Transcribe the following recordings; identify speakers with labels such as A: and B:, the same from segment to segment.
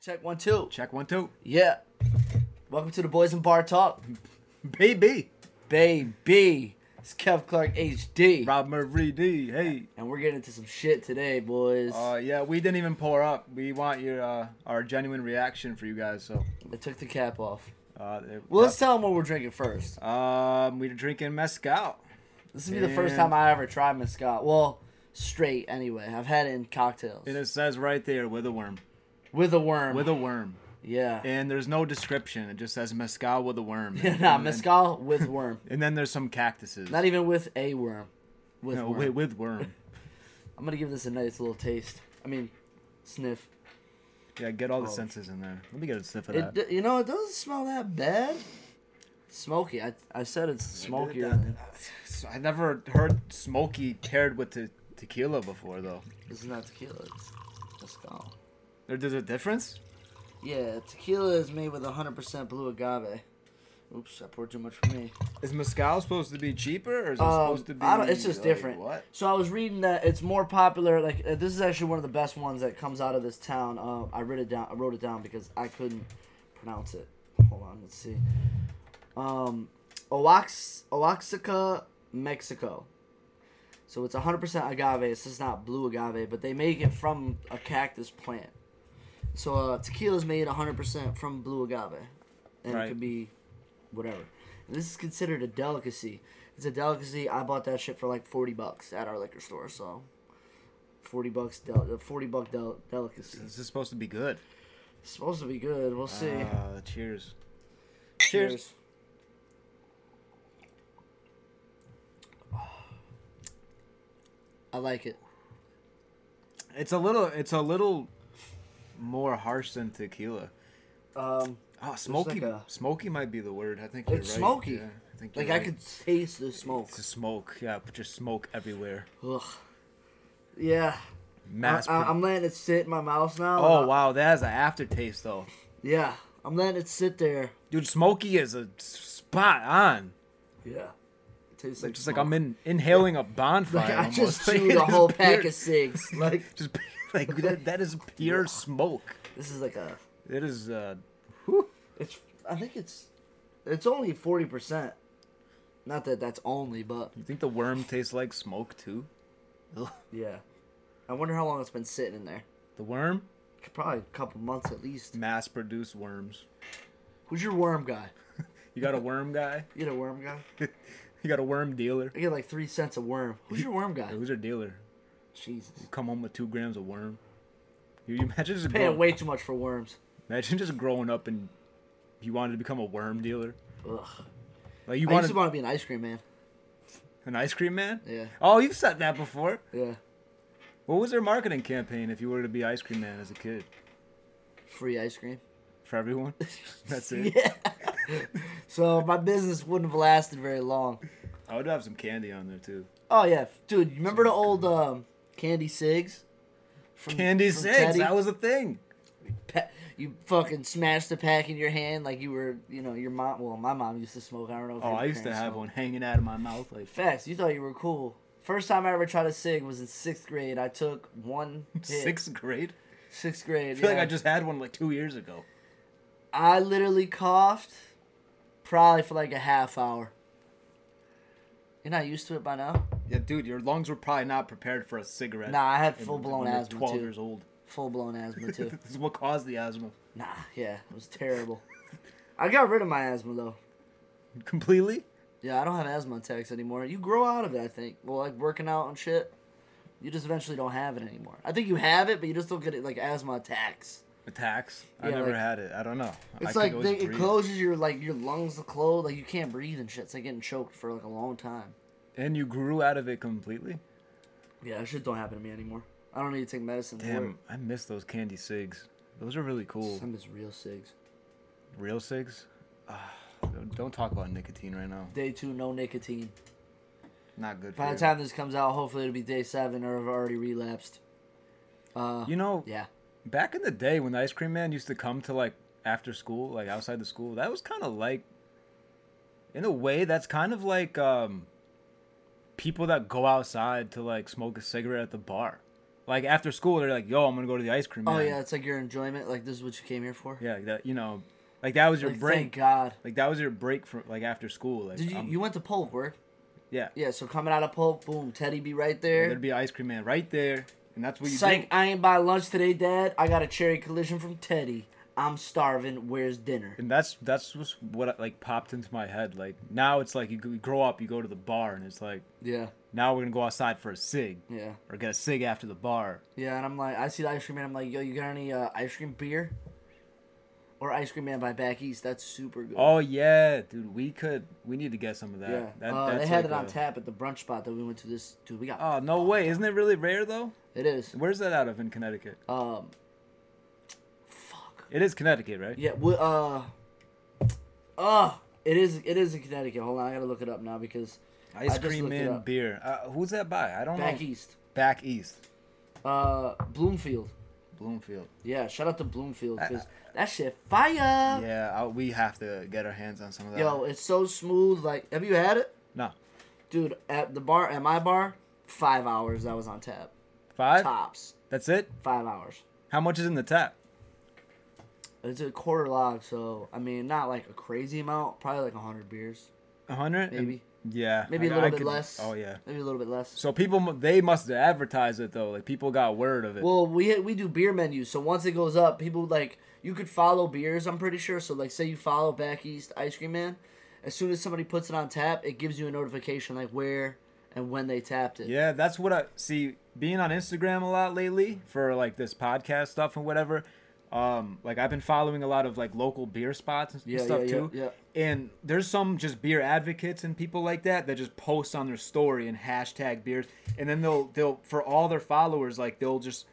A: Check one, two.
B: Check one, two.
A: Yeah. Welcome to the Boys and Bar Talk.
B: Baby.
A: Baby. It's Kev Clark HD.
B: Rob Murphy D. Hey.
A: And we're getting into some shit today, boys.
B: Uh, yeah, we didn't even pull her up. We want your uh, our genuine reaction for you guys. So,
A: I took the cap off.
B: uh, it-
A: Well, let's tell them what we're drinking first.
B: um, we're drinking mezcal.
A: This will be the first
B: And-
A: time I ever tried Mezcal. Well, straight anyway. I've had it in cocktails.
B: And it says right there, with a worm,
A: with a worm.
B: with a worm.
A: yeah.
B: And there's no description. It just says mezcal with a worm.
A: Yeah, nah, Mezcal with worm.
B: And then there's some cactuses.
A: Not even with a worm. With
B: no,
A: worm.
B: with, with worm.
A: I'm going to give this a nice little taste. I mean, sniff.
B: Yeah, get all the
A: Oh.
B: senses in there. Let me get a sniff of
A: It,
B: that.
A: d- you know, it doesn't smell that bad. Smoky. I, I said it's smokier. Than,
B: I never heard smoky paired with te- tequila before, though.
A: this is not tequila. It's mezcal.
B: There- There's a difference?
A: Yeah, tequila is made with 100% blue agave. Oops, I poured too much for me.
B: Is mezcal supposed to be cheaper, or is it
A: Um,
B: supposed to be?
A: I don't, it's just
B: like,
A: different.
B: What?
A: So I was reading that it's more popular. Like uh, this is actually one of the best ones that comes out of this town. Um, I wrote it down. I wrote it down because I couldn't pronounce it. Hold on, let's see. Um, Oax Oaxaca, Mexico. So it's 100% agave. It's just not blue agave, but they make it from a cactus plant. So uh, tequila is made 100% from blue agave, and it
B: Right.
A: could be whatever. And this is considered a delicacy. It's a delicacy. I bought that shit for like 40 bucks at our liquor store. So 40 bucks, del- uh, 40 buck del- delicacy.
B: This is supposed to be good.
A: It's supposed to be good. We'll see.
B: Uh, cheers.
A: Cheers. I like it.
B: It's a little. It's a little more harsh than tequila.
A: Um,
B: Oh, smoky.
A: like a-
B: Smoky might be the word. I think you're
A: It's
B: right.
A: smoky.
B: Yeah, I think
A: like
B: you're
A: I
B: right.
A: could taste the smoke.
B: It's a smoke. Yeah, but just smoke everywhere.
A: Ugh. Yeah.
B: Mass.
A: I, I, I'm letting it sit in my mouth now.
B: pro- oh
A: Uh,
B: wow, that has an aftertaste though.
A: Yeah. I'm letting it sit there.
B: Dude, smoky is a s- spot on.
A: Yeah. It tastes
B: It's just like I'm in, inhaling a bonfire.
A: Like, I
B: almost.
A: just
B: Like,
A: chewed
B: it's
A: a whole
B: pure-
A: pack of cigs. Like
B: Just like that, that is pure smoke.
A: this is like a.
B: It is. Uh,
A: It's. I think it's. It's only forty percent. Not that that's only, but
B: you think the worm tastes like smoke too?
A: yeah. I wonder how long it's been sitting in there.
B: The worm,
A: Probably a couple months at least.
B: mass-produced worms.
A: Who's your worm guy?
B: You got a worm guy.
A: You get a worm guy?
B: You got a worm dealer.
A: I get like three cents a worm. Who's your worm guy?
B: Who's your dealer?
A: Jesus.
B: Come home with two grams of worm. You, you imagine just
A: Paying
B: growing,
A: way too much for worms.
B: imagine just growing up and you wanted to become a worm dealer.
A: Ugh.
B: Like you
A: I used
B: wanted
A: to want to be an ice cream man.
B: an ice cream man.
A: Yeah.
B: Oh, you've said that before.
A: Yeah.
B: What was their marketing campaign if you were to be ice cream man as a kid?
A: Free ice cream.
B: For everyone. That's it.
A: Yeah. so my business wouldn't have lasted very long.
B: I would have some candy on there too.
A: Oh yeah, dude. You remember the old um, candy cigs? From,
B: Candy
A: from
B: six.
A: Teddy?
B: That was a thing.
A: Pa- you fucking smashed the pack in your hand like you were, you know, your mom. Well, my mom used to smoke. I don't know. If
B: Oh,
A: your
B: I used to
A: parents
B: have
A: smoked.
B: one hanging out of my mouth like
A: Facts. You thought you were cool. First time I ever tried a cig was in sixth grade. I took one hit.
B: sixth grade.
A: Sixth grade.
B: I feel
A: yeah.
B: like I just had one like two years ago.
A: I literally coughed, probably for like a half hour. You're not used to it by now.
B: Yeah, dude, your lungs were probably not prepared for a cigarette.
A: Nah, I had
B: And
A: full blown
B: when you're
A: asthma
B: Twelve
A: too.
B: years old.
A: Full blown asthma too.
B: this is what caused the asthma.
A: nah, yeah, it was terrible. I got rid of my asthma though.
B: Completely.
A: Yeah, I don't have asthma attacks anymore. You grow out of it, I think. Well, like working out and shit, you just eventually don't have it anymore. I think you have it, but you just don't get it like asthma attacks.
B: Attacks. I
A: Yeah,
B: never
A: like-
B: had it. I don't know. I
A: It's
B: could
A: like
B: always
A: they, it
B: breathe.
A: closes your like your lungs to close, like you can't breathe and shit. It's like getting choked for like a long time.
B: And you grew out of it completely.
A: Yeah, that shit don't happen to me anymore. I don't need to take medicine for it.
B: Damn, I miss those candy cigs. Those are really cool.
A: Some is real cigs.
B: Real cigs. Ah, don't- don't talk about nicotine right now.
A: Day two, no nicotine.
B: Not good. For
A: By
B: you.
A: the time this comes out, hopefully it'll be day seven or I've already relapsed. Uh,
B: you know,
A: yeah.
B: Back in the day when the ice cream man used to come to like after school, like outside the school, that was kind of like in a way that's kind of like um people that go outside to like smoke a cigarette at the bar. Like after school, they're like, "Yo, I'm gonna go to the ice cream."
A: Oh
B: man."
A: yeah, it's like your enjoyment. Like this is what you came here for.
B: yeah. That you know, like that was your
A: Like, thank
B: break.
A: God.
B: Like that was your break from like after school. Like
A: Did you
B: I'm-
A: you went to Polk, word?
B: yeah,
A: Yeah. So coming out of Polk, boom, Teddy be right there.
B: there'd be ice cream man right there, and that's what you
A: Psych,
B: do.
A: I ain't buy lunch today, Dad. I got a cherry collision from Teddy. I'm starving. Where's dinner?
B: And that's that's just what like popped into my head. Like now it's like you g- grow up, you go to the bar, and it's like
A: Yeah,
B: now we're gonna go outside for a cig
A: yeah,
B: or get a cig after the bar.
A: yeah. And I'm like, I see the ice cream man. I'm like, yo, you got any uh, ice cream beer? Or ice cream man by Back East. That's super good.
B: Oh yeah, dude, we could. We need to get some of that.
A: yeah.
B: That-
A: uh, they
B: that's
A: had
B: like
A: it on
B: a-
A: tap at the brunch spot that we went to. This dude, we got.
B: Oh no way! Isn't it really rare though?
A: it is.
B: Where's that out of in Connecticut?
A: Um. Fuck.
B: It is Connecticut, right?
A: Yeah. We, uh. Uh. It is. It is in Connecticut. Hold on, I gotta look it up now because I
B: Ice
A: just
B: cream
A: looked it
B: and
A: up.
B: beer. Uh, who's that by? I don't
A: back
B: know.
A: east.
B: Back East,
A: Uh, Bloomfield.
B: Bloomfield.
A: Yeah, shout out to Bloomfield
B: I-
A: because that shit fire.
B: Yeah, I, we have to get our hands on some of that.
A: Yo, it's so smooth. Like, have you had it,
B: no,
A: dude? At the bar, at my bar, five hours. That was on tap.
B: five.
A: Tops,
B: That's it.
A: five hours.
B: How much is in the tap?
A: It's a quarter log, so I mean, not like a crazy amount. Probably like hundred beers,
B: A hundred.
A: maybe,
B: Yeah.
A: maybe a
B: a
A: little bit less.
B: Oh yeah.
A: maybe a little bit less.
B: So people, mu- they must advertise it though. Like people got word of it.
A: Well, we we do beer menus, so once it goes up, people like you could follow beers. I'm pretty sure. So like, say you follow Back East Ice Cream Man, as soon as somebody puts it on tap, it gives you a notification like where and when they tapped it.
B: Yeah, that's what I see. Being on Instagram a lot lately for like this podcast stuff and whatever. Um, like I've been following a lot of like local beer spots and
A: Yeah,
B: stuff
A: yeah,
B: too.
A: yeah,
B: And there's some just beer advocates and people like that that just post on their story and hashtag beers, and then they'll they'll for all their followers like they'll just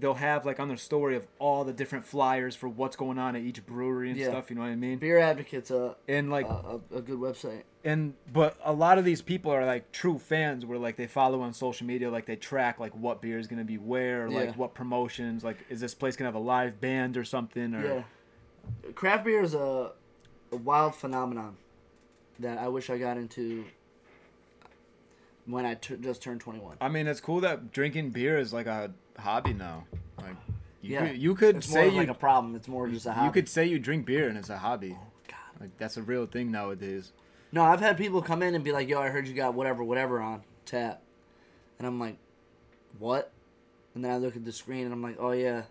B: they'll have like on their story of all the different flyers for what's going on at each brewery and
A: Yeah. Uh-huh.
B: stuff. You know what I mean?
A: Beer Advocate's a
B: And like
A: a, a, a good website.
B: and but a lot of these people are like true fans where like they follow on social media like they track like what beer is gonna be where like
A: Yeah.
B: what promotions like is this place gonna have a live band or something or
A: Yeah, craft beer is a, a wild phenomenon that I wish I got into when I tur- just turned 21.
B: i mean it's cool that drinking beer is like a hobby now like you
A: Yeah,
B: could, you could
A: It's
B: say
A: more
B: you,
A: like a problem. It's more just a hobby.
B: you could say you drink beer and it's a hobby
A: God.
B: like that's a real thing nowadays
A: No, I've had people come in and be like, "Yo, I heard you got whatever, whatever on tap," and I'm like, "What?" And then I look at the screen and I'm like, "Oh yeah,"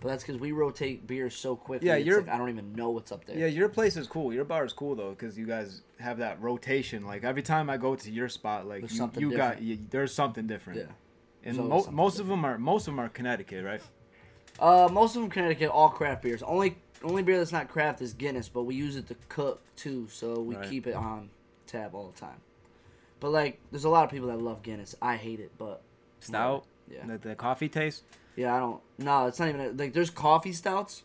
A: but that's because we rotate beers so quickly.
B: Yeah,
A: it's
B: you're-
A: like, I don't even know what's up there.
B: Yeah, your place is cool. Your bar is cool though, because you guys have that rotation. Like every time I go to your spot, like
A: There's
B: you,
A: something
B: you got
A: different.
B: you, there's something different.
A: Yeah. There's
B: and
A: always
B: mo-
A: something
B: most of them are most of them are Connecticut, right?
A: Uh, most of them Connecticut, all craft beers. Only only beer that's not craft is Guinness, but we use it to cook too, so we
B: Right.
A: keep it on tap all the time. But like, there's a lot of people that love Guinness. I hate it, but
B: Stout,
A: Yeah.
B: the, the coffee taste.
A: yeah, I don't. No, it's not even a- like there's coffee stouts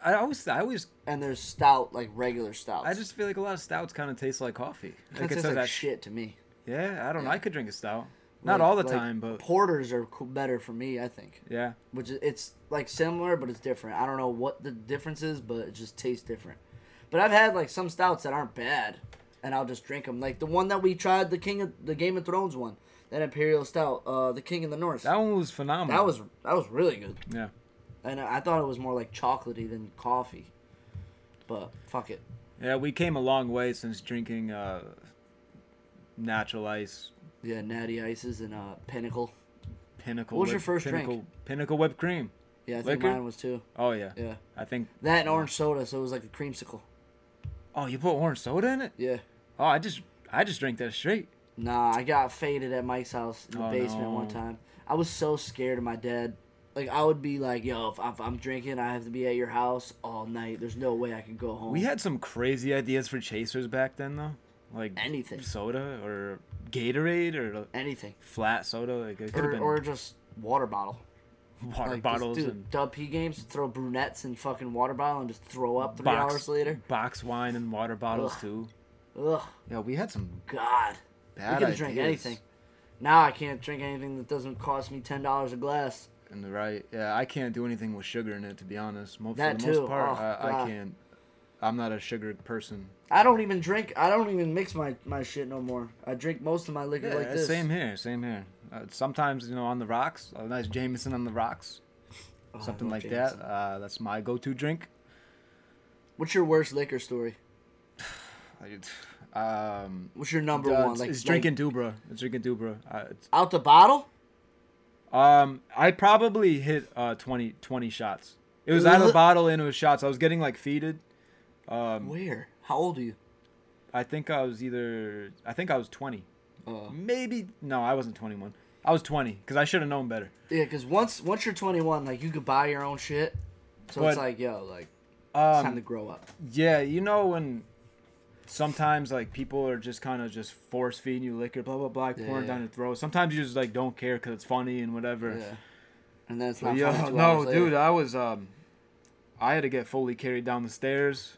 B: I always I always
A: and there's stout like regular stouts.
B: I just feel like a lot of stouts kind of taste like coffee.
A: That
B: it
A: tastes
B: says
A: like
B: that-
A: shit to me.
B: Yeah, I don't know. I could drink a stout, not
A: Like-
B: all the
A: like,
B: time, but
A: porters are co- better for me. I think,
B: yeah.
A: which is, it's like similar, but it's different. I don't know what the difference is, but it just tastes different. But I've had like some stouts that aren't bad, and I'll just drink them. Like the one that we tried, the King of the Game of Thrones one, that Imperial Stout, uh, the King of the North.
B: That one was phenomenal.
A: That was that was really good,
B: yeah.
A: and I I thought it was more like chocolatey than coffee. But fuck it,
B: Yeah, we came a long way since drinking uh, natural ice
A: yeah, Natty Ices and uh, Pinnacle.
B: pinnacle.
A: What was your
B: whipped-
A: first drink?
B: pinnacle, Pinnacle whipped cream.
A: Yeah, I think
B: Liquor?
A: mine was too.
B: Oh yeah.
A: Yeah,
B: I think.
A: that and orange soda, so it was like a creamsicle.
B: Oh, you put orange soda in it?
A: Yeah.
B: Oh, I just I just drank that straight.
A: Nah, I got faded at Mike's house in the
B: Oh,
A: basement one
B: no.
A: time. I was so scared of my dad. Like I would be like, "Yo, if I'm, if I'm drinking, I have to be at your house all night. There's no way I can go home."
B: We had some crazy ideas for chasers back then though, like
A: Anything.
B: soda or Gatorade or
A: anything,
B: flat soda. Like it could have
A: or,
B: been
A: or just water bottle.
B: water
A: Like, just,
B: bottles
A: dude,
B: and
A: Dub P games. Throw brunettes in fucking water bottle and just throw up three
B: box,
A: hours later.
B: box wine and water bottles
A: Ugh.
B: too.
A: Ugh,
B: Yeah, we had some
A: God. I
B: bad
A: could have
B: ideas.
A: drank anything. Now I can't drink anything that doesn't cost me ten dollars a glass.
B: And the right, yeah, I can't do anything with sugar in it to be honest. Mo-
A: That
B: for the
A: too.
B: most part,
A: Oh,
B: I, I
A: God.
B: can't. I'm not a sugar person.
A: I don't even drink. I don't even mix my, my shit no more. I drink most of my liquor
B: Yeah,
A: like this.
B: same here, same here. Uh, sometimes you know on the rocks, a nice Jameson on the rocks,
A: Oh, I
B: something
A: love
B: like
A: Jameson.
B: that. Uh, that's my go-to drink.
A: What's your worst liquor story?
B: I- Um,
A: What's your number
B: uh,
A: one?
B: it's,
A: Like
B: it's
A: like,
B: drinking Dubra. It's drinking Dubra. Uh, it's,
A: out the bottle.
B: um, I probably hit uh 20, 20 shots. It was out of
A: Ugh.
B: the bottle and it was shots. I was getting like feeded. Um,
A: Where? How old are you?
B: I think I was either I think I was twenty,
A: Uh,
B: maybe no, I wasn't twenty one. I was twenty because I should have known better.
A: yeah, because once once you're 21, like you could buy your own shit. So it's
B: But-
A: like yo, like it's time to
B: Um,
A: grow up.
B: yeah, you know when sometimes like people are just kind of just force feeding you liquor, blah blah blah, pouring
A: Yeah.
B: down your throat. Sometimes you just like don't care because it's funny and whatever.
A: Yeah. And then it's
B: But
A: not.
B: yo,
A: funny two
B: no,
A: hours later.
B: dude, I was um, I had to get fully carried down the stairs.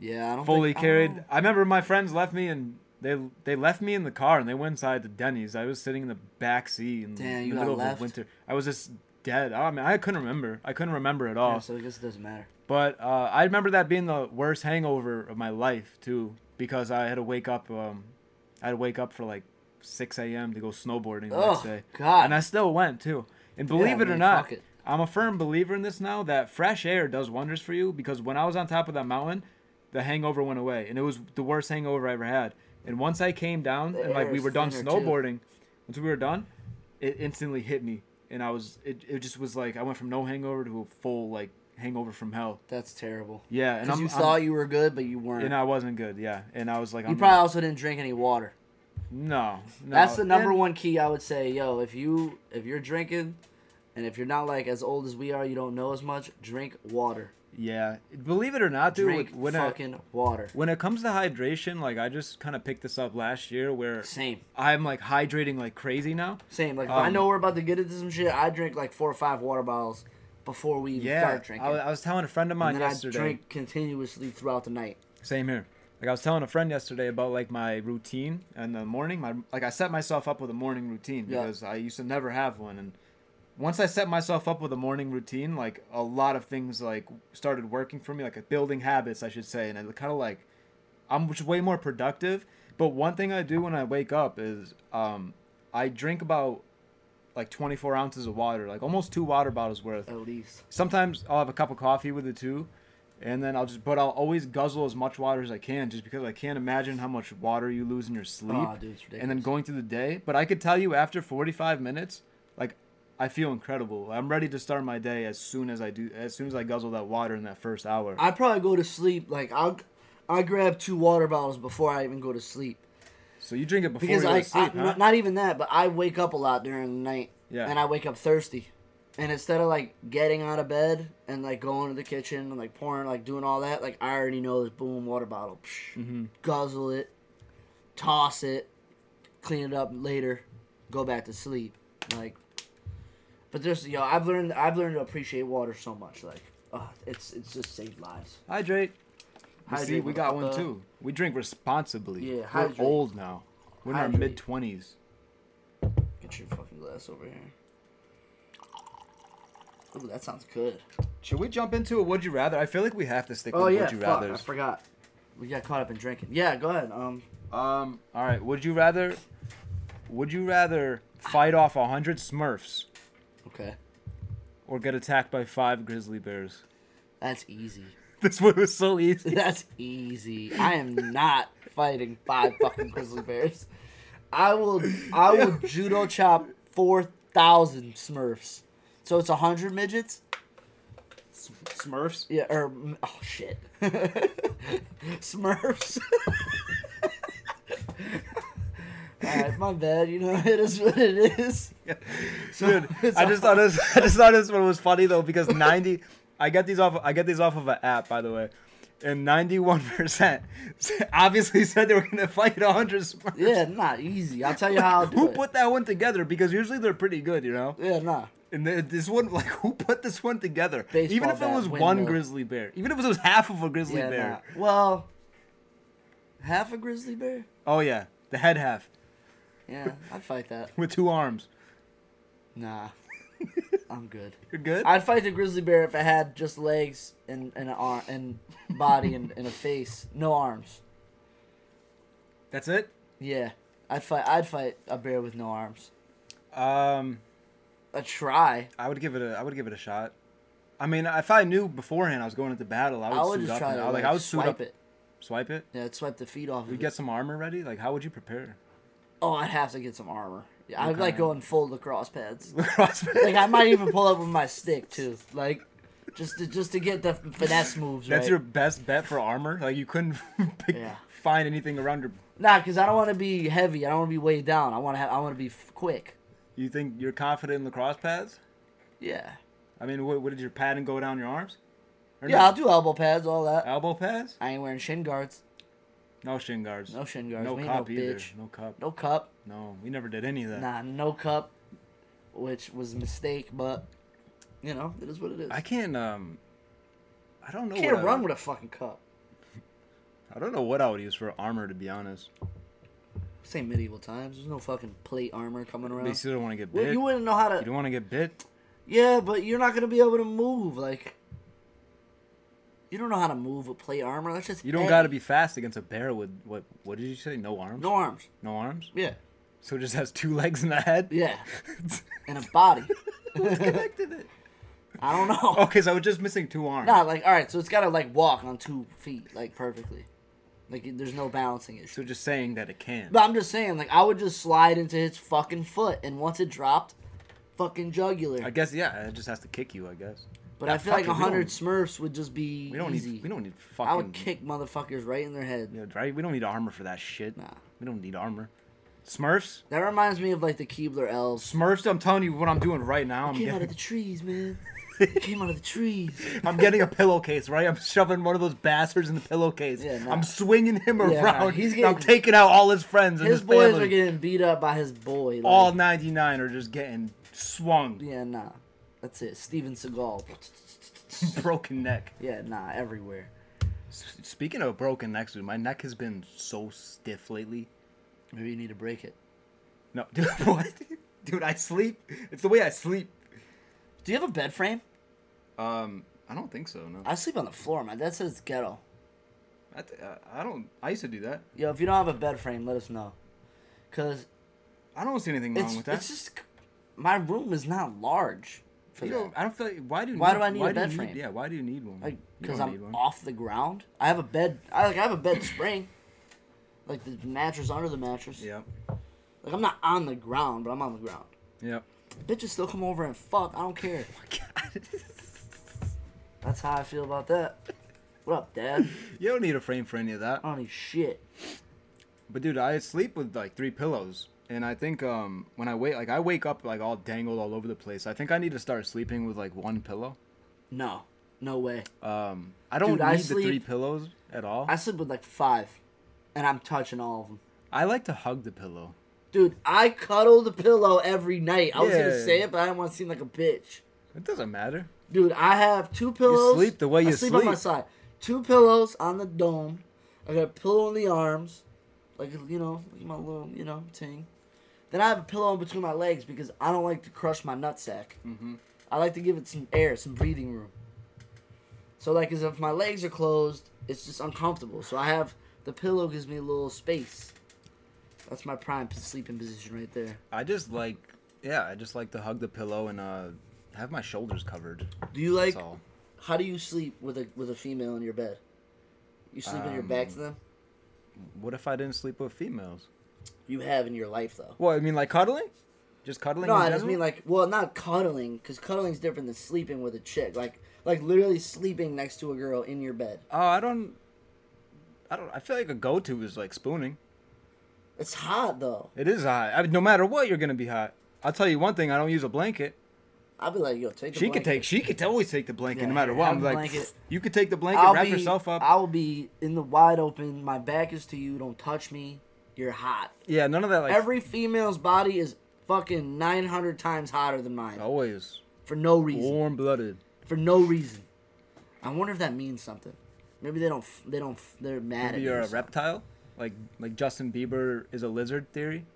A: Yeah, I don't
B: fully
A: think- I don't
B: carried.
A: know.
B: I remember my friends left me and they they left me in the car and they went inside to Denny's. I was sitting in the back seat in
A: Damn,
B: the
A: you got
B: middle of
A: left?
B: the winter. I was just dead. I mean, I couldn't remember. I couldn't remember at all.
A: Yeah, so I guess it doesn't matter.
B: But uh, I remember that being the worst hangover of my life too, because I had to wake up. Um, I had to wake up for like six a.m. to go snowboarding the
A: Oh
B: next day,
A: God.
B: and I still went too. And
A: Yeah,
B: believe it or
A: man,
B: not,
A: fuck it.
B: I'm a firm believer in this now that fresh air does wonders for you. Because when I was on top of that mountain, the hangover went away, and it was the worst hangover I ever had. And once I came down,
A: The
B: and like
A: air
B: we
A: is
B: were done
A: thinner, too.
B: snowboarding, once we were done, it instantly hit me, and I was it, it just was like I went from no hangover to a full like hangover from hell.
A: That's terrible.
B: Yeah, and
A: Because
B: I'm,
A: you
B: I'm-
A: thought you were good, but you weren't.
B: and I wasn't good. Yeah, and I was like,
A: you
B: I'm
A: probably also didn't drink any water.
B: no, no.
A: That's the number
B: And-
A: one key I would say, yo. If you if you're drinking, and if you're not like as old as we are, you don't know as much. Drink water.
B: Yeah, believe it or not, dude.
A: drink
B: when it,
A: fucking water.
B: when it comes to hydration, like I just kind of picked this up last year, where
A: Same,
B: I'm like hydrating like crazy now.
A: same. Like if
B: Um,
A: I know we're about to get into some shit. I drink like four or five water bottles before we even
B: Yeah,
A: start drinking,
B: I, was- I was telling a friend of mine
A: and then
B: yesterday.
A: I drink continuously throughout the night.
B: Same here. Like I was telling a friend yesterday about like my routine in the morning. My like I set myself up with a morning routine
A: Yeah.
B: because I used to never have one and once I set myself up with a morning routine, like a lot of things like started working for me, like building habits, I should say, and it kind of like I'm just way more productive. But one thing I do when I wake up is um, I drink about like 24 ounces of water, like almost two water bottles worth
A: At least
B: sometimes I'll have a cup of coffee with it too, and then I'll just but I'll always guzzle as much water as I can just because I can't imagine how much water you lose in your sleep
A: Aw, dude, it's
B: and then
A: ridiculous.
B: going through the day. But I could tell you after 45 minutes, like I feel incredible. I'm ready to start my day as soon as I do as soon as I guzzle that water in that first hour.
A: I probably go to sleep. Like I'll, I grab two water bottles before I even go to sleep.
B: so you drink it before
A: because
B: you go
A: I,
B: to sleep,
A: I-
B: huh?
A: not- not even that, but I wake up a lot during the night,
B: Yeah.
A: and I wake up thirsty, and instead of like getting out of bed and like going to the kitchen and like pouring, like doing all that, like I already know this boom water bottle, Psh,
B: Mm-hmm.
A: guzzle it, toss it, clean it up later, go back to sleep, like. But there's yo, I've learned I've learned to appreciate water so much, like. Uh, it's it's just saved lives.
B: Hydrate. You see,
A: Hydrate,
B: we got one
A: motherfucker.
B: too. We drink responsibly.
A: Yeah,
B: We're
A: hydrate.
B: old now. We're in our
A: Hydrate.
B: mid twenties.
A: Get your fucking glass over here. Ooh, that sounds good.
B: Should we jump into a would you rather? I feel like we have to stick
A: Oh
B: with
A: yeah,
B: would you
A: fuck,
B: rather.
A: I forgot. We got caught up in drinking. Yeah, go ahead. Um,
B: Um. All right. Would you rather? Would you rather fight off a hundred Smurfs
A: okay,
B: or get attacked by five grizzly bears?
A: that's easy.
B: This one was so easy.
A: That's easy. I am not fighting five fucking grizzly bears. I will. I will judo chop four thousand Smurfs. So it's a hundred midgets.
B: Smurfs.
A: Yeah. Or mm, oh shit. Smurfs. All right, my bad. You know it is what it is.
B: Dude, I just thought this. I just thought this one was funny though because ninety. I get these off. I get these off of an app, by the way. And ninety-one percent obviously said they were gonna fight a hundred Smurfs.
A: Yeah, not easy. I'll tell you how. I'll do
B: Who
A: it.
B: put that one together? Because usually they're pretty good, you know.
A: Yeah, nah.
B: And th- this one, like, who put this one together?
A: Baseball
B: even if it
A: bat,
B: was one
A: windmill.
B: grizzly bear, even if it was half of a grizzly
A: Yeah,
B: bear.
A: nah. Well, half a grizzly bear.
B: Oh yeah, the head half
A: Yeah, I'd fight that.
B: with two arms.
A: Nah, I I'm good.
B: You're good.
A: I'd fight the grizzly bear if I had just legs and, and an arm and body and, and a face, no arms.
B: That's it.
A: Yeah, I'd fight. I'd fight a bear with no arms.
B: Um,
A: A try.
B: I would give it a. I would give it a shot. I mean, if I knew beforehand I was going into battle, I would,
A: I would
B: suit
A: just
B: up.
A: try
B: and-
A: to
B: I-
A: like,
B: like I would suit
A: swipe
B: up,
A: it.
B: swipe it.
A: Yeah, I'd swipe the feet off.
B: We
A: of
B: get
A: it.
B: some armor ready. Like, how would you prepare?
A: Oh, I'd have to get some armor. Yeah, I'd
B: Okay.
A: like go in full lacrosse pads.
B: like
A: like I might even pull up with my stick too. Like just to just to get the finesse moves.
B: That's
A: right?
B: your best bet for armor. Like you couldn't pick,
A: Yeah.
B: find anything around your.
A: Nah, because I don't want to be heavy. I don't want to be weighed down. I want to have. I want to be f- quick.
B: You think you're confident in lacrosse pads?
A: Yeah.
B: I mean, what, what did your padding go down your arms? Or
A: Yeah,
B: no?
A: I'll do elbow pads, all that.
B: elbow pads.
A: I ain't wearing shin guards.
B: No shin guards.
A: No shin guards.
B: No
A: we ain't
B: cup
A: no
B: either.
A: bitch.
B: No cup.
A: No cup.
B: No, we never did any of that.
A: Nah, no cup, which was a mistake, but you know it is what it is.
B: I
A: I
B: can't. Um, I don't know.
A: can't
B: what
A: run
B: I, would-
A: with a fucking cup.
B: I don't know what I would use for armor, to be honest.
A: This ain't medieval times. There's no fucking plate armor coming
B: But you
A: around.
B: still don't want to get bit.
A: Well, you
B: you,
A: wouldn't know how to.
B: don't want to get bit.
A: Yeah, but you're not gonna be able to move. Like, you don't know how to move with plate armor. That's just
B: You don't
A: heavy.
B: got to be fast against a bear with what? What did you say? No arms.
A: no arms.
B: No arms.
A: Yeah,
B: So it just has two legs and a head.
A: yeah, and a body.
B: Who's connected it?
A: I don't know.
B: Okay, so I was just missing two arms.
A: Nah, like all right, so it's gotta like walk on two feet like perfectly. Like there's no balancing issue.
B: So just saying that it can.
A: But I'm just saying, like I would just slide into his fucking foot, and once it dropped, fucking
B: I
A: jugular.
B: guess yeah, it just has to kick you. I guess.
A: But I feel like
B: fuck it, we
A: hundred
B: don't-
A: Smurfs would just be
B: We don't
A: easy.
B: need. We don't need fucking.
A: I would kick motherfuckers right in their head.
B: you know, right? We don't need armor for that shit.
A: Nah.
B: We don't need armor. Smurfs.
A: That reminds me of like the Keebler elves.
B: Smurfs. I'm telling you what I'm doing right now. I'm
A: Came out
B: getting,
A: of the trees, man. It came out of the trees.
B: I'm getting a pillowcase. Right. I'm shoving one of those bastards in the pillowcase.
A: Yeah, nah.
B: I'm swinging him
A: Yeah, nah,
B: around.
A: he's
B: and I'm
A: getting-
B: taking out all his friends and his,
A: His boys
B: family.
A: are getting beat up by his boy. Like,
B: all 99 are just getting swung,
A: yeah, nah. That's it. Steven Seagal.
B: broken neck.
A: Yeah, nah. Everywhere.
B: S- Speaking of broken necks, dude, my neck has been so stiff lately.
A: Maybe you need to break it.
B: No, dude, what? Dude, I sleep. It's the way I sleep.
A: Do you have a bed frame?
B: Um, I don't think so. No,
A: I sleep on the floor. My dad says it's ghetto.
B: I, th- I don't. I used to do that.
A: Yo, if you don't have a bed frame, let us know. Cause
B: I don't see anything wrong
A: it's
B: with that.
A: it's just my room is not large for
B: You
A: that.
B: don't- I don't feel. Like, why do you
A: Why
B: need,
A: do I need a
B: you
A: bed frame?
B: Yeah, why do you need one?
A: Like,
B: You
A: cause
B: don't need
A: I'm
B: one.
A: off the ground. I have a bed. I like I have a bed spring, like the mattress under the mattress.
B: Yep.
A: Like I'm not on the ground, but I'm on the ground.
B: Yep.
A: Bitches still come over and fuck. I don't care. That's how I feel about that. What up, Dad?
B: you don't need a frame for any of that.
A: I don't need shit.
B: But dude, I sleep with like three pillows, and I think um when I wake like I wake up like all dangled all over the place. I think I need to start sleeping with like one pillow.
A: No, no way.
B: Um, I don't
A: Dude,
B: need
A: I
B: the three
A: sleep-
B: pillows at all.
A: I sleep with like five, and I'm touching all of them.
B: I like to hug the pillow.
A: Dude, I cuddle the pillow every night. I was gonna
B: Yeah.
A: say it, but I didn't want to seem like a bitch.
B: It doesn't matter.
A: Dude, I have two pillows.
B: sleep the way
A: I
B: you
A: sleep, on my
B: sleep.
A: side. Two pillows on the dome. I got a pillow in the arms, like you know, like my little you know ting. Then I have a pillow in between my legs because I don't like to crush my nutsack.
B: Mhm.
A: I like to give it some air, some breathing room. So like, as if my legs are closed, it's just uncomfortable. So I have the pillow gives me a little space. That's my prime sleeping position right there.
B: I just like yeah, I just like to hug the pillow and uh have my shoulders covered.
A: Do you like?
B: That's all.
A: How do you sleep with a with a female in your bed? You sleep with your back
B: Um,
A: to them.
B: What if I didn't sleep with females?
A: You have in your life though.
B: Well, I mean like cuddling? Just cuddling?
A: No,
B: in
A: I just
B: general?
A: mean like, well, not cuddling, because cuddling's different than sleeping with a chick. Like, like literally sleeping next to a girl in your bed.
B: Oh, I don't I don't I feel like a go to is like spooning.
A: It's hot though.
B: It is hot. I mean, no matter what, you're gonna be hot. I'll tell you one thing. I don't use a blanket.
A: I'd be like, yo, take. The
B: she could take.
A: blanket.
B: She could always take the blanket,
A: Yeah,
B: no matter what.
A: have
B: I'm
A: the
B: like,
A: blanket.
B: you could take the blanket, wrap
A: be,
B: yourself up.
A: I'll be in the wide open. My back is to you. Don't touch me. You're hot.
B: yeah, none of that. Like
A: Every female's body is fucking 900 times hotter than mine
B: Oh. always
A: for no reason.
B: warm blooded.
A: for no reason. I wonder if that means something. Maybe they don't. f- They don't. f- They're mad at
B: Maybe
A: me
B: you're
A: or
B: a
A: something.
B: reptile, like like Justin Bieber is a lizard theory.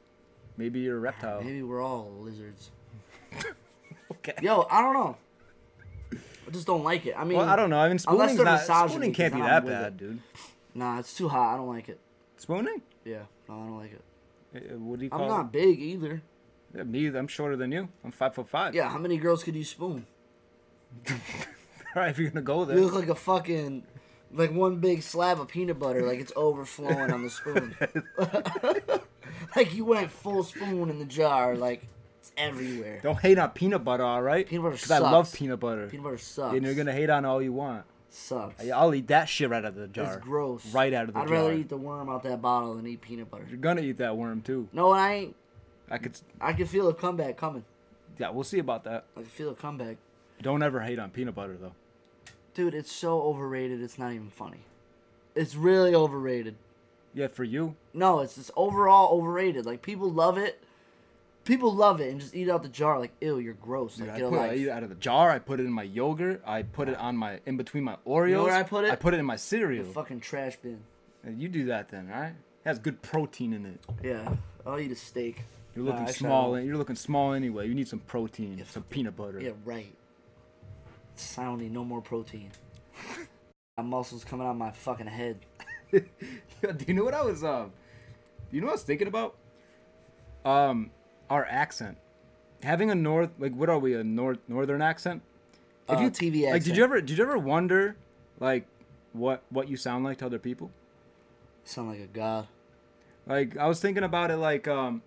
B: Maybe you're a reptile.
A: Maybe we're all lizards.
C: Okay.
A: Yo, I don't know. I just don't like it. I mean,
B: Well, I don't know. I mean,
A: unless
B: spooning's
A: they're
B: not,
A: misogyny,
B: spooning can't be
A: then
B: that
A: I'm with
B: bad,
A: it.
B: dude.
A: Nah, it's too hot. I don't like it.
B: Spooning?
A: Yeah, no, I don't like it.
B: Uh, What do you
A: I'm
B: call it?
A: not big either.
B: Yeah, me, either. I'm shorter than you. I'm five foot five.
A: Yeah, how many girls could you spoon?
B: All right, if you're gonna go
A: You
B: there.
A: look like a fucking, like one big slab of peanut butter. Like it's overflowing on the spoon. like you went full spoon in the jar. Like it's everywhere.
B: Don't hate on peanut butter, all right?
A: Peanut butter
B: I love
A: sucks.
B: peanut butter.
A: Peanut butter sucks.
B: and you're gonna hate on all you want.
A: sucks.
B: Yeah, I'll eat that shit right out of the jar.
A: It's gross.
B: Right out of the
A: I'd
B: jar.
A: rather eat the worm out that bottle than eat peanut butter.
B: You're gonna eat that worm too.
A: No, I ain't.
B: I could. s-
A: I can feel a comeback coming.
B: Yeah, we'll see about that.
A: I can feel a comeback.
B: Don't ever hate on peanut butter though.
A: Dude, it's so overrated. It's not even funny. It's really overrated.
B: Yeah, for you.
A: No, it's just overall overrated. Like people love it. People love it and just eat out the jar. Like, ew, you're gross. Like,
B: Dude, I,
A: get a
B: put, I
A: life.
B: eat it out of the jar. I put it in my yogurt. I put it on my in between my Oreos.
A: where I put it?
B: I put it in my cereal.
A: Fucking trash bin.
B: And you do that then, all right? has good protein in it.
A: Yeah, I'll eat a steak.
B: You're
A: Nah,
B: looking
A: actually, I
B: small.
A: don't.
B: and You're looking small anyway. You need some protein, some peanut butter.
A: Yeah, right. I don't need no more protein. my muscles coming out my fucking head.
B: Yo, do you know what I was um? Do you know what I was thinking about? Um, our accent, having a north like what are we a north northern accent?
A: Uh,
B: you
A: TV
B: like, did
A: accent.
B: you ever did you ever wonder like what what you sound like to other people?
A: Sound like a god.
B: Like I was thinking about it like um,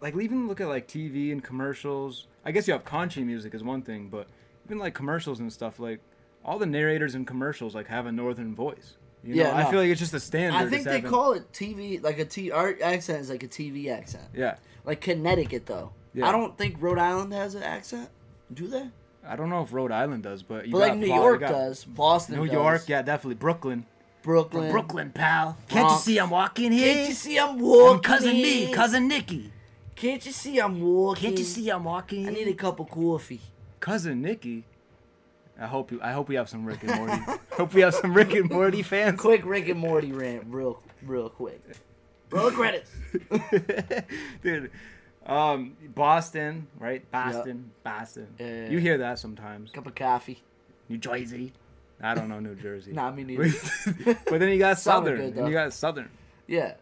B: like even look at like TV and commercials. I guess you have country music is one thing, but even like commercials and stuff like all the narrators in commercials like have a northern voice. You know,
A: Yeah,
B: I
A: no.
B: feel like it's just a standard.
A: I
B: is
A: think they
B: having-
A: call it TV, like a T. Our accent is like a TV accent.
B: Yeah,
A: Like Connecticut, though.
B: Yeah.
A: I don't think Rhode Island has an accent. Do they?
B: I don't know if Rhode Island does, but you
A: But
B: got
A: like New
B: Bo- you
A: York
B: got
A: does, Boston
B: New
A: does,
B: York, yeah, definitely Brooklyn.
A: Brooklyn.
B: Brooklyn, pal. Can't you
A: Bronx.
B: see I'm walking here?
A: Can't you see I'm
B: I'm
A: walking?
B: cousin me, cousin Nikki.
A: Can't you see I'm walking?
B: Can't you see I'm walking?
A: I need a cup of coffee.
B: cousin Nikki. I hope you. I hope we have some Rick and Morty. hope we have some Rick and Morty fans.
A: Quick Rick and Morty rant, real, real quick. Roll the credits.
B: Dude, um, Boston, right? Boston, Boston.
A: Yeah, yeah,
B: You
A: yeah.
B: hear that sometimes.
A: Cup of coffee.
B: New Jersey. I don't know New Jersey.
A: Nah, me neither.
B: but then you got
A: Sounded
B: Southern.
A: good,
B: and you
A: though.
B: got Southern.
A: Yeah.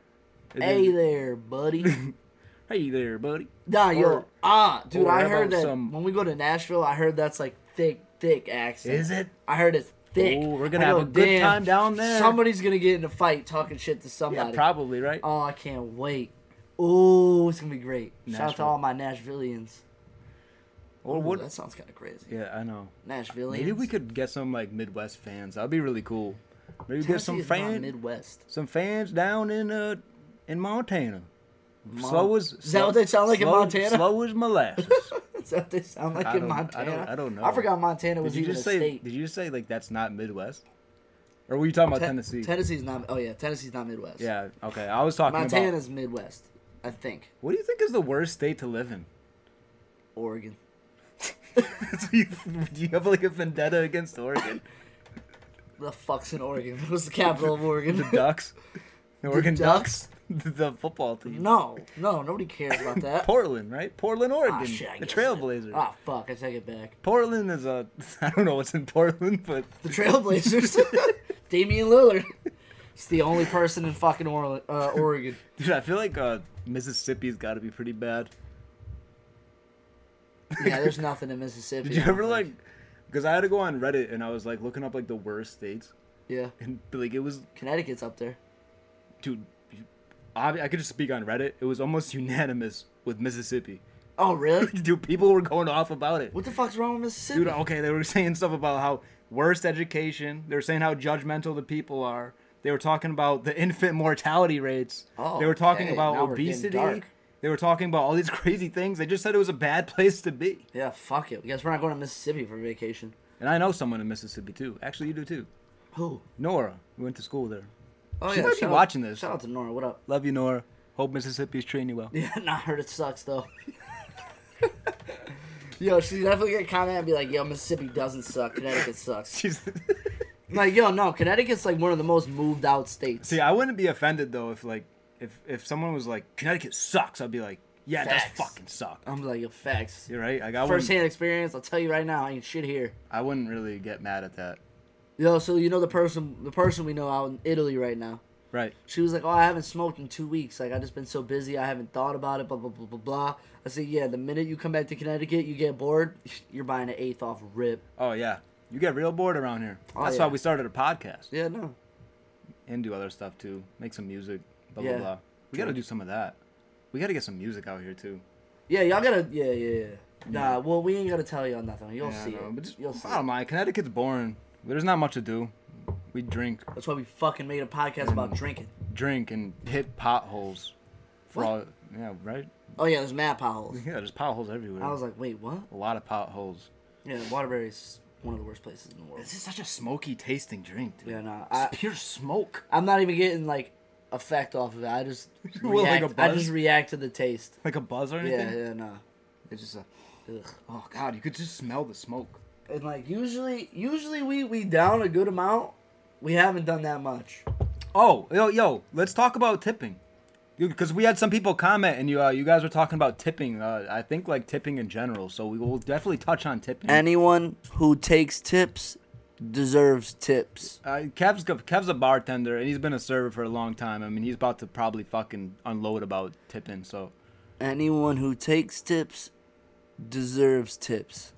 B: And
A: Hey
B: then-
A: there, buddy.
B: hey there, buddy.
A: Nah, yo.
B: Or-
A: Ah, dude,
B: or
A: I
B: how
A: heard
B: about
A: that
B: some-
A: when we go to Nashville, I heard that's like thick, thick accent.
B: Is it?
A: I heard it's thick.
B: Oh, we're gonna
A: I
B: have
A: go,
B: a good
A: "Damn,
B: time down there."
A: Somebody's gonna get in a fight talking shit to
B: Yeah,
A: somebody.
B: probably right.
A: oh, I can't wait. Oh, it's gonna be great. Shout out to
B: Nashville.
A: all my Nashvillians.
B: or
A: Ooh,
B: what?
A: That sounds kind of crazy.
B: Yeah, I know.
A: Nashvillians.
B: Maybe we could get some like Midwest fans. That'd be really cool. Maybe get
A: Tennessee
B: some
A: is not
B: fans,
A: Midwest.
B: some fans down in uh in Montana. slow as
A: Is that what they sound like in
B: slow-
A: Montana?
B: Slow as molasses.
A: Is that what they sound like
B: I
A: in
B: don't- I don't-
A: Montana?
B: I don't know.
A: I forgot Montana was
B: did you
A: even
B: just
A: a
B: say?
A: state.
B: Did you just say like that's not Midwest? Or were you talking about
A: Te-
B: Tennessee?
A: Tennessee's not. Oh yeah, Tennessee's not Midwest.
B: Yeah. Okay. I was talking about.
A: Montana's Midwest, I think.
B: What do you think is the worst state to live in?
A: Oregon.
B: That's what you- do you have like a vendetta against Oregon?
A: The fuck's in Oregon? What's the capital of Oregon?
B: the Ducks, the Oregon
A: Ducks?
B: Ducks, the football team.
A: No, no, nobody cares about that.
B: Portland, right? Portland, Oregon.
A: Ah, shit, I
B: the
A: guess.
B: Trailblazers.
A: Ah, fuck, I take it back.
B: Portland is a I don't know what's in Portland, but
A: The Trailblazers. Damian Lillard. It's the only person in fucking Orla- uh, Oregon.
B: dude, I feel like uh, Mississippi's got to be pretty bad.
A: Yeah, there's nothing in Mississippi.
B: Did you
A: I don't
B: ever
A: think.
B: like? Because I had to go on Reddit and I was like looking up like the worst states,
A: Yeah,
B: and like it was,
A: Connecticut's up there.
B: dude. I, I could just speak on Reddit. It was almost unanimous with Mississippi.
A: Oh really?
B: Dude, people were going off about it.
A: What the fuck's wrong with Mississippi?
B: Dude, okay, they were saying stuff about how worst education. They were saying how judgmental the people are. They were talking about the infant mortality rates.
A: Oh,
B: they were talking
A: okay,
B: about
A: now we're getting
B: obesity.
A: dark.
B: They were talking about all these crazy things. They just said it was a bad place to be.
A: yeah, fuck it. Guess we're not going to Mississippi for vacation.
B: And I know someone in Mississippi too. Actually, you do too.
A: Who?
B: Nora, we went to school there.
A: Oh
B: She might be
A: shout out-
B: watching this.
A: Shout out to Nora. What up?
B: Love you, Nora. Hope Mississippi's treating you well.
A: Yeah, nah, I heard it sucks though. yo, she definitely gonna comment and be like, "Yo, Mississippi doesn't suck. Connecticut sucks."
B: She's
A: I'm like, yo, no, Connecticut's like one of the most moved out states.
B: See, I wouldn't be offended though if like if if someone was like Connecticut sucks, I'd be like, Yeah, it
A: Facts.
B: does fucking suck.
A: I'm like, yo, facts.
B: You're right. Like I
A: First
B: wouldn't,
A: hand experience, I'll tell you right now, I ain't shit here.
B: I wouldn't really get mad at that.
A: Yo, so you know the person the person we know out in Italy right now.
B: Right.
A: She was like, "Oh, I haven't smoked in two weeks. Like, I just been so busy, I haven't thought about it." Blah blah blah blah blah. I said, "Yeah, the minute you come back to Connecticut, you get bored. You're buying an eighth off rip."
B: Oh yeah. You get real bored around here.
A: Oh,
B: That's
A: yeah.
B: why we started a podcast
A: Yeah, no.
B: and do other stuff too. Make some music. Blah
A: Yeah.
B: blah blah. We gotta do some of that. We gotta get some music out here too.
A: Yeah, y'all gotta. Yeah, yeah, yeah. Nah, well, we ain't gotta tell y'all nothing. You'll
B: Yeah, I
A: see
B: know,
A: it.
B: But just,
A: You'll see.
B: I don't
A: It.
B: mind. Connecticut's boring. There's not much to do. We drink,
A: That's why we fucking made a podcast
B: Mm.
A: about drinking.
B: drink, and hit potholes. For
A: What?
B: all, yeah, right.
A: Oh yeah, there's mad potholes.
B: Yeah, there's potholes everywhere.
A: I was like, wait, what?
B: a lot of potholes.
A: Yeah, Waterbury's one of the worst places in the world.
B: This is such a smoky tasting drink, dude.
A: Yeah, nah.
B: It's
A: I,
B: pure smoke.
A: I'm not even getting like effect off of it. I just
B: Well, like
A: react.
B: a
A: I
B: buzz?
A: just react to the taste.
B: Like a buzz or
A: Yeah,
B: anything.
A: yeah, nah.
B: It's just a.
A: Ugh.
B: Oh god, you could just smell the smoke.
A: And like usually, usually we we down a good amount. We haven't done that much.
B: Oh, yo, yo, let's talk about tipping. Because we had some people comment, and you, uh, you guys were talking about tipping. Uh, I think like tipping in general, so we will definitely touch on tipping.
A: Anyone who takes tips deserves tips.
B: Uh, Kev's go- Kev's a bartender and he's been a server for a long time. I mean, he's about to probably fucking unload about tipping. So
A: Anyone who takes tips deserves tips.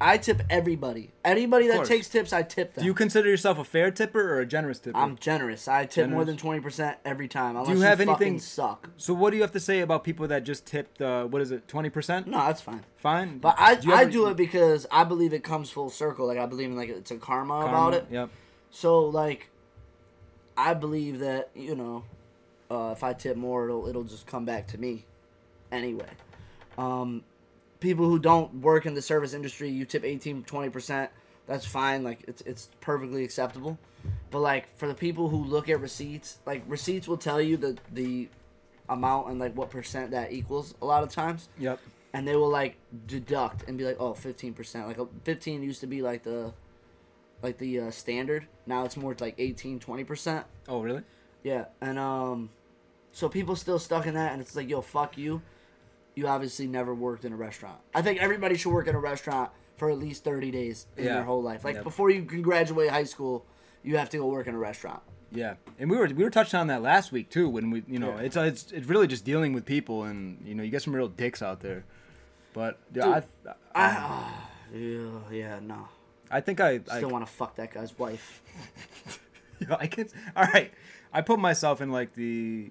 A: I tip everybody. Anybody that
B: course.
A: takes tips, I tip them.
B: do you consider yourself a fair tipper or a generous tipper?
A: I'm generous. I tip more than twenty percent every time. Unless
B: you have
A: you fucking
B: anything-
A: suck?
B: so what do you have to say about people that just tipped? Uh, what is it, twenty percent?
A: No, that's fine.
B: Fine,
A: But I
B: you
A: I
B: ever-
A: do it because I believe it comes full circle. Like I believe in like it's a karma, about
B: Karma,
A: it.
B: Yep.
A: So like, I believe that you know, uh, if I tip more, it'll it'll just come back to me, anyway. Um, people who don't work in the service industry, you tip 18, 20 percent. That's fine. Like it's it's perfectly acceptable. But like for the people who look at receipts, like receipts will tell you the the amount and like what percent that equals a lot of times
B: Yep.
A: and they will like deduct and be like, oh, 15%. Like uh, 15 used to be like the like the uh, standard. Now it's more like 18, 20%.
B: Oh really?
A: Yeah. And um so people still stuck in that and it's like, yo, fuck you. You obviously never worked in a restaurant. I think everybody should work in a restaurant for at least 30 days in
B: Yeah.
A: their whole life. Like
B: Yep.
A: before you can graduate high school, you have to go work in a restaurant.
B: Yeah, and we were we were touching on that last week too. When we you know
A: Yeah.
B: it's uh, it's it's really just dealing with people, and you know you get some real dicks out there. But yeah, I,
A: I, Ah, yeah, yeah, no.
B: I think I I,
A: Still want to fuck that guy's wife.
B: Yo, I can. All right, I put myself in like the.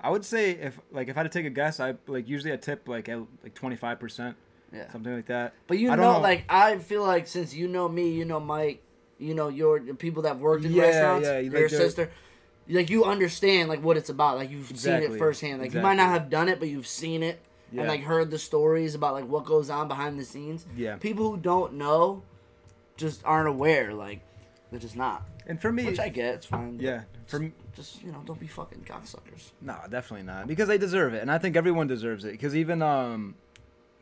B: I would say if like if I had to take a guess, I like usually I tip like at like twenty five percent,
A: Yeah.
B: something like that.
A: But you
B: I
A: know,
B: don't
A: like I feel like since you know me, you know Mike, you know your the people that worked in
B: Yeah,
A: restaurants,
B: yeah, you
A: your
B: like uh, the-
A: sister, like you understand like what it's about. Like you've seen
B: Exactly,
A: it firsthand. Like you might not
B: exactly.
A: have done it, but you've seen it
B: Yeah.
A: and like heard the stories about like what goes on behind the scenes.
B: Yeah.
A: People who don't know just aren't aware. Like they're just not.
B: and for me,
A: Which I get. It's fine. but
B: yeah, for m-
A: just you know, don't be fucking cocksuckers.
B: No, definitely not. Because they deserve it, and I think everyone deserves it. Because even um,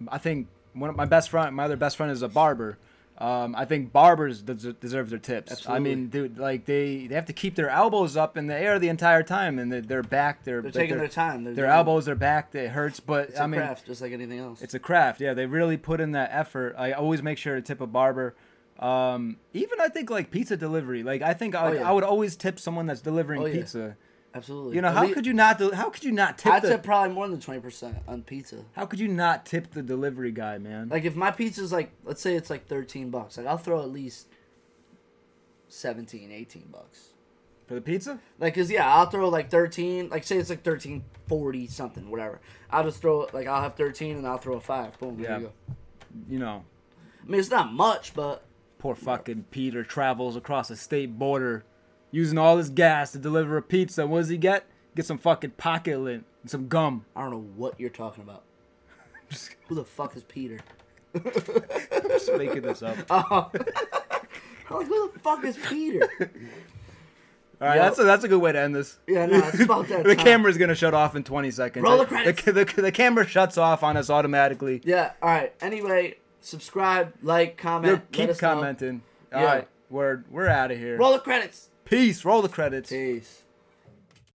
B: I think one of my best friend, my other best friend is a barber. Um, I think barbers des- deserve their tips.
A: Absolutely.
B: I mean, dude, like they they have to keep their elbows up in the air the entire time, and they, their back, their
A: They're
B: like,
A: taking their time. They're
B: their
A: doing-
B: elbows, their back, it hurts. But
A: It's a
B: I mean,
A: craft, just like anything else.
B: it's a craft. Yeah, they really put in that effort. I always make sure to tip a barber. Um, even I think like pizza delivery. Like I think I,
A: Oh, yeah.
B: I would always tip someone that's delivering
A: Oh, yeah.
B: pizza.
A: Absolutely.
B: You know
A: At
B: how
A: lea-
B: could you not? Del- how could you not tip?
A: I
B: the-
A: tip probably more than twenty percent on pizza.
B: How could you not tip the delivery guy, man?
A: Like if my pizza's like let's say it's like 13 bucks, like I'll throw at least 17, 18 bucks.
B: for the pizza?
A: Like cuz yeah, I'll throw like 13, like say it's like 1340 something, whatever. I'll just throw like I'll have 13 and I'll throw a 5. Boom, there
B: Yeah.
A: you go.
B: You know,
A: I mean, it's not much, but
B: poor fucking Peter travels across the state border using all his gas to deliver a pizza. What does he get? Get some fucking pocket lint and some gum.
A: I don't know what you're talking about. Who the fuck is Peter?
B: Just making this up.
A: Oh,
B: All
A: I'm like, who the fuck is Peter?
B: right,
A: Yo.
B: that's a, that's a good way to end this.
A: Yeah, no, it's about that
B: the
A: time.
B: camera's gonna shut off in 20 seconds.
A: Roll the
B: I-
A: credits.
B: The, the, the camera shuts off on us automatically.
A: Yeah, all right. Anyway, subscribe, like, comment,
B: Yo,
A: let
B: keep
A: us know.
B: commenting. All
A: Yeah.
B: right, we're we're out of here.
A: Roll the credits.
B: Peace. Roll the credits.
A: Peace.